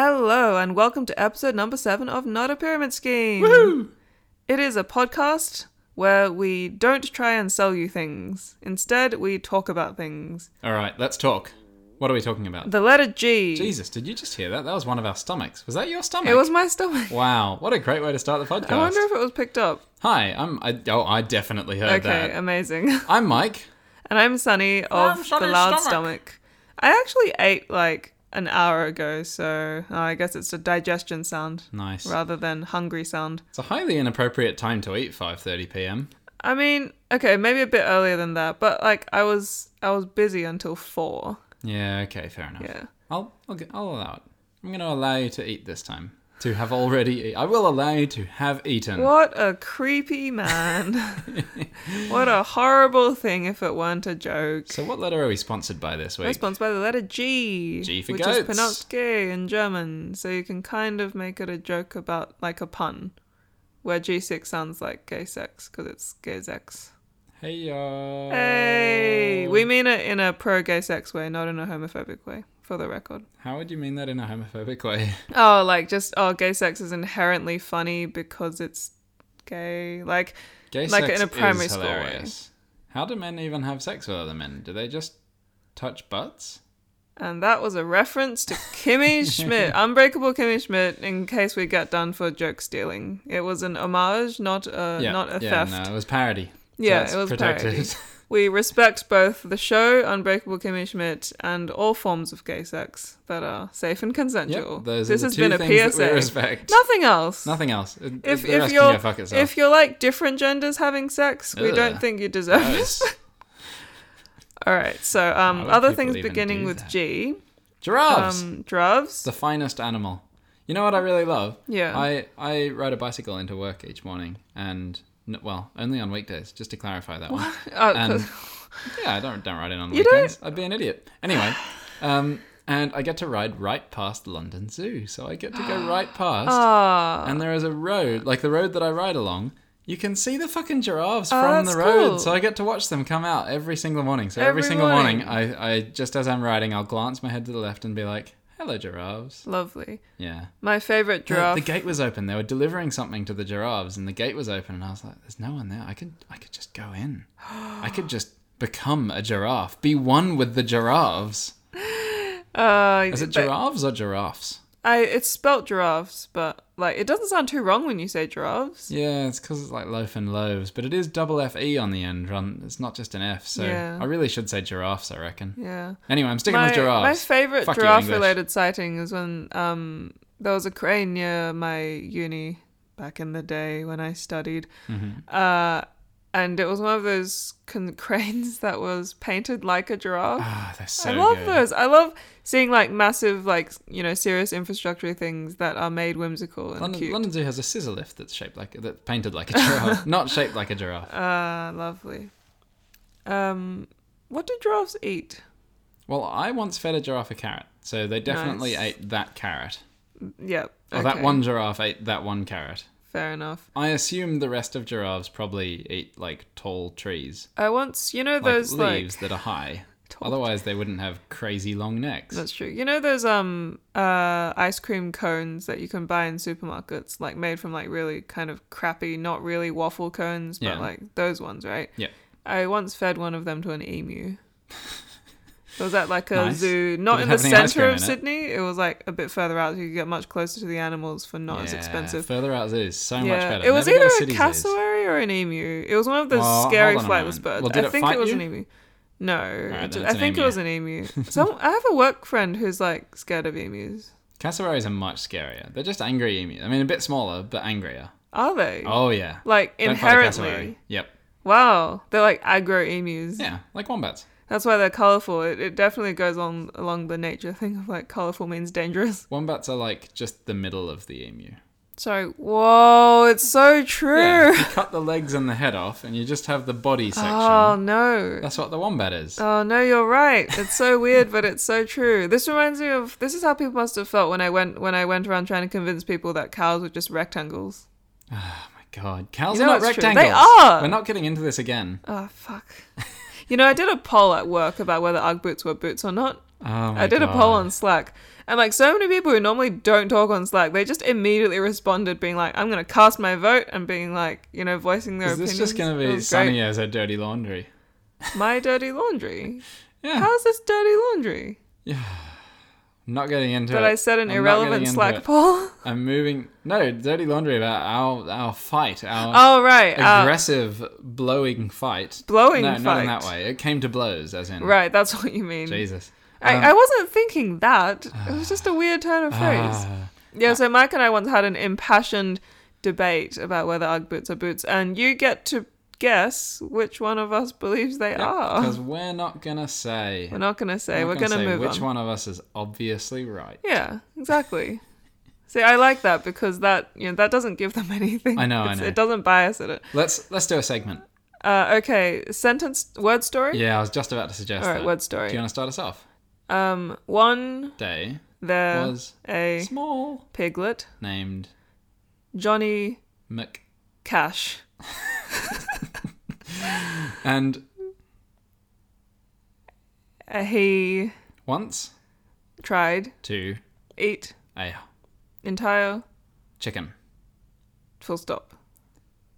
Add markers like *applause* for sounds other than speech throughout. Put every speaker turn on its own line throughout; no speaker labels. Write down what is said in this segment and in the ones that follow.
Hello, and welcome to episode number seven of Not a Pyramid Scheme.
Woohoo!
It is a podcast where we don't try and sell you things. Instead, we talk about things.
All right, let's talk. What are we talking about?
The letter G.
Jesus, did you just hear that? That was one of our stomachs. Was that your stomach?
It was my stomach.
Wow, what a great way to start the podcast.
I wonder if it was picked up.
Hi, I'm. I, oh, I definitely heard
Okay, um,
that.
amazing. *laughs*
I'm Mike.
and I'm Sunny of
I'm Sunny's
the Loud
Stomach.
Stomach. I actually ate like an hour ago, so uh, I guess it's a digestion sound
Nice.
rather than hungry sound.
It's a highly inappropriate time to eat. 5:30 p.m.
I mean, okay, maybe a bit earlier than that, but like I was I was busy until four.
Yeah. Okay. Fair enough.
Yeah.
I'll. I'll, g- I'll allow it. I'm going to allow you to eat this time. To have already. E- I will allow you to have eaten.
What a creepy
*laughs*
man. what a horrible thing if it weren't a joke.
So, what letter are we sponsored by this week?
We're sponsored by the letter G,
G for
which is
goats.
pronounced gay in German, so you can kind of make it a joke about like a pun, where G6 sounds like gay sex because it's gay sex.
hey. Uh...
Hey,
Oh.
we mean it in a pro-gay sex way, not in a homophobic way, for the record.
How would you mean that in a homophobic way?
Oh, like just oh, gay sex is inherently funny because it's gay. Like
Gay
Like
sex
in a primary
is
school way.
hilarious. How do men even have sex with other men? Do they just touch butts?
And that was a reference to
*laughs*
Kimmy Schmidt, Unbreakable Kimmy Schmidt, in case we got done for joke stealing. It was an homage, not a not a
yeah,
theft.
no, it was parody. So
Yeah,
it's
it was
protected.
parody. We respect both the show, Unbreakable Kimmy Schmidt, and all forms of gay sex that are safe and consensual.
*laughs* yep, those
this
are the
has
two
been a
things
PSA.
that we respect.
Nothing else.
Nothing else. It-
If,
the
if
rest can
you're
go fuck itself. *laughs*
if you're like different genders having sex, we don't
Ugh.
think you deserve it. *laughs*
Gross.
All right. So um,
Why would
other
people
things
even
beginning
do
with
that?
G.
Giraffes,
Um, droves.
*laughs* the finest animal. You know what I really love?
Yeah.
I I ride a bicycle into work each morning, and n- well, only on weekdays. Just to clarify that one.
Oh, 'cause-
and yeah, I don't don't ride in on the
You don't-
weekends. I'd be an idiot. Anyway, um, and I get to ride right past London Zoo, so I get to
*gasps*
go right past.
*laughs* Ah.
And there is a road, like the road that I ride along. You can see the fucking giraffes
Oh,
from
that's
the road,
cool.
so I get to watch them come out every single morning. So every,
Every
single morning,
morning.
I, I just as I'm riding, I'll glance my head to the left and be like, "Hello, giraffes."
Lovely.
Yeah.
My favorite
No,
giraffe.
The gate was open. They were delivering something to the giraffes, and the gate was open. And I was like, "There's no one there. I could, I could just go in. I *gasps* could just become a giraffe, be one with the giraffes."
uh,
Is it
but
giraffes or giraffes?
I, it's spelt giraffes, but like it doesn't sound too wrong when you say giraffes.
Yeah, it's because it's like loaf and loaves, but it is double F E on the end. Run. It's not just an F. So
Yeah.
I really should say giraffes. I reckon.
Yeah.
Anyway, I'm sticking
My,
with
my
giraffes.
favorite
Fuck you,
giraffe-related sighting is when um there was a crane near my uni back in the day when I studied,
Mm-hmm.
uh, and it was one of those con- *laughs* cranes that was painted like a giraffe.
Ah, they're so
I love
good.
those. I love seeing like massive, like you know, serious infrastructure things that are made whimsical and
London,
cute.
London Zoo has a scissor lift that's shaped like that's painted like a *laughs* giraffe, not shaped like a giraffe.
Ah, lovely. Um, what do giraffes eat?
Well, I once fed a giraffe a carrot, so they definitely
Nice.
ate that carrot.
Yep.
Or Oh, that
okay,
one giraffe ate that one carrot.
Fair enough.
I assume the rest of giraffes probably eat like tall trees,
I Uh, once, you know,
like
those like,
leaves that are high.
Tall-
Otherwise, they wouldn't have crazy long necks.
that's true. You know those um uh ice cream cones that you can buy in supermarkets, like made from like really kind of crappy, not really waffle cones, but
Yeah.
like those ones, right?
Yeah.
I once fed one of them to an
*laughs*
emu. It was at like a
Nice.
zoo, not
Did it
in the
have any ice
center of
cream in it?
Sydney. It was like a bit further out, so you could get much closer to the animals for not as
Yeah,
expensive.
Further out zoos, so much better.
It was
Never go
either
to
a
city zoos.
cassowary or an emu. It was one of those
Well,
scary
hold on a
flightless
moment.
birds.
Well, did
I
it
think
fight
it was
you?
an emu. No,
then
it ju-
it's
I
an
think it
emu.
was an
*laughs*
emu. Some I have a work friend who's like scared of emus.
Cassowaries are much scarier. They're just angry emu. I mean, a bit smaller, but angrier.
Are they
Oh yeah.
like
Don't fight a
inherently?
cassowary. Yep.
Wow, they're like aggro emus.
Yeah, like wombats.
That's why they're colorful. It, it definitely goes on along the nature thing of like colorful means dangerous.
Wombats are like just the middle of the emu.
Sorry. Whoa, it's so true.
Yeah, you cut the legs and the head off, and you just have the body section.
Oh no.
That's what the wombat is.
Oh no, you're right. It's so weird, but it's so true. This reminds me of this is how people must have felt when I went when I went around trying to convince people that cows were just rectangles.
Oh my god, cows
You know
are not
it's true. They
rectangles.
are!
We're not getting into this again.
Oh fuck. you know, I did a poll at work about whether UGG boots were boots or not.
Oh my
I did a poll
God.
on Slack, And like so many people who normally don't talk on Slack, they just immediately responded, being like, "I'm going to cast my vote," and being like, you know, voicing their
Is
opinions.
this just going
It
to be
was great.
Sunny as her dirty laundry?
My dirty laundry.
Yeah.
How's this dirty laundry?
I'm not getting into
That
it.
I set an
I'm not getting
irrelevant
into
Slack
it. *laughs*
poll. *laughs*
I'm moving. No, dirty laundry about our our fight, our
Oh right, uh,
aggressive blowing fight.
Blowing
no, not in that
fight.
way. It came to blows, as in
right. That's what you mean.
Jesus. Um,
I, I wasn't thinking that. It was just a weird turn
*sighs*
of phrase.
ah,
Yeah, so Mike and I once had an impassioned debate about whether Ugg boots are boots, and you get to guess which one of us believes they
Because
are.
we're not gonna say.
Oh. We're not going to say.
not
We're
gonna
going to
say
move
which
on.
one of us is obviously right.
Yeah, exactly. See, I like that because that you know that doesn't give them *laughs* anything.
I know, I
It's-
know.
It doesn't bias it.
Let's let's do a segment.
Uh, okay, sentence word story.
Yeah, I was just about to suggest
All right,
that.
word
Do you
story.
want to start us off?
Um, one
Day
there
was
a
small,
piglet
named
Johnny
Mick,
Cash.
and
Uh, he
once
tried
to
eat
a
entire
chicken.
full stop.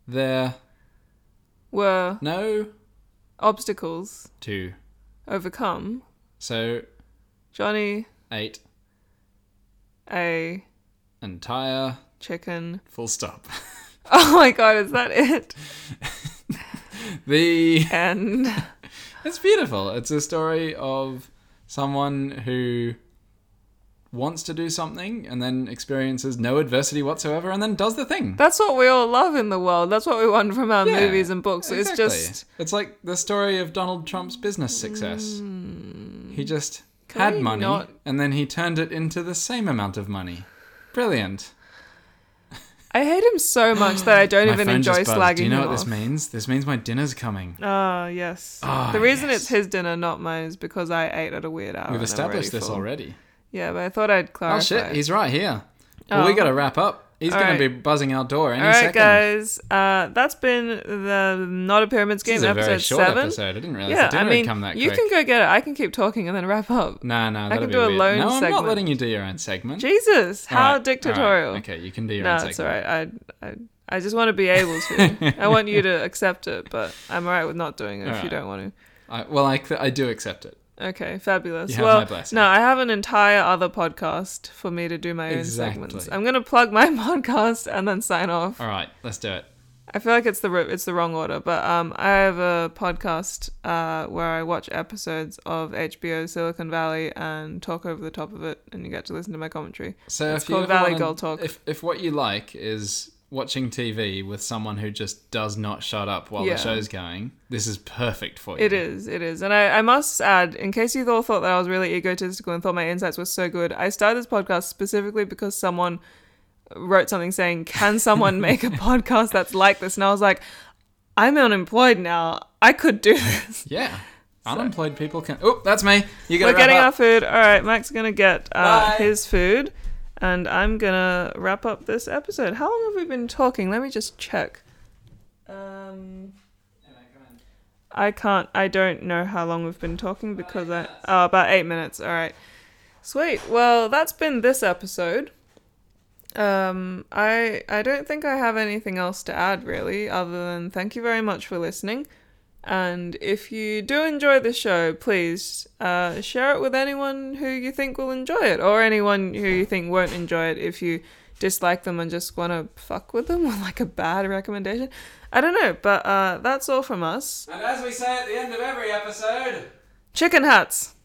There
were
no
obstacles
two,
overcome,
so
Johnny
ate
a
entire
chicken. *laughs*
full stop. *laughs*
Oh my god, is that it?
The
And
It's beautiful. It's a story of someone who wants to do something and then experiences no adversity whatsoever and then does the thing.
that's what we all love in the world. That's what we want from our
Yeah,
movies and books.
exactly.
It's just
It's like the story of Donald Trump's business success. He just
Can
had
Hmm. we
money
not-
and then he turned it into the same amount of money. Brilliant.
I hate him so much that I don't
My
even
phone
enjoy
just buzzed.
slagging
Do you know
him
what this
off.
means? This means my dinner's coming.
Ah, yes.
Ah,
the reason
yes.
it's his dinner, not mine, is because I ate at a weird hour. and
We've
I'm
established this
full.
already.
Yeah, but I thought I'd clarify.
Oh shit, he's right here. Well, we
Oh.
got to wrap up. He's
All
going
right.
to be buzzing our door any
all right,
second.
guys. Uh, that's been the Not a Pyramid Scheme
This is a
episode
very short
seven.
episode. I didn't realize
Yeah,
the
I
dinner
mean,
would come that
you
quick.
can go get it. I can keep talking and then wrap up. *laughs*
Nah, nah, that'd
can
be
do a
weird.
lone
No, I'm
segment.
not letting you do your own segment.
Jesus,
All right,
how
all right,
dictatorial.
Okay, you can do your
No,
own segment.
it's all right. I, I, I just want to be able
*laughs*
to. I want you to accept it, but I'm all right with not doing it if
All
you
right.
don't want
I, well, I, cl- I do accept it.
to. Okay, fabulous.
You have
well,
my blessing.
no, I have an entire other podcast for me to do my own segments.
Exactly.
I'm gonna plug my *laughs* podcast and then sign off.
All right, let's do it.
I feel like it's the ro- it's the wrong order, but um, I have a podcast uh, where I watch episodes of HBO Silicon Valley and talk over the top of it, and you get to listen to my commentary.
So
It's
if you
called
ever
Valley
wanna-
Girl Talk.
If if what you like is watching TV with someone who just does not shut up while
Yeah.
the show's going, this is perfect for you.
It is, it is. And I, I must add, in case you all thought that I was really egotistical and thought my insights were so good, I started this podcast specifically because someone wrote something saying, Can someone make a podcast that's like this? And I was like, I'm unemployed now. I could do this.
Yeah. Unemployed people can. Oh, that's me. You got
We're
to wrap
getting our
up.
food. All right, Mike's going to get uh,
Bye.
his food. And I'm going to wrap up this episode. How long have we been talking? Let me just check. Um, I can't. I don't know how long we've been talking because I. Oh, about eight minutes. All right. Sweet. Well, that's been this episode. Um, I I don't think I have anything else to add really, other than thank you very much for listening. And if you do enjoy the show, please uh, share it with anyone who you think will enjoy it, or anyone who you think won't enjoy it if you dislike them and just want to fuck with them *laughs* with like a bad recommendation. I don't know, but uh, that's all from us.
And as we say at the end of every episode.
Chicken hats.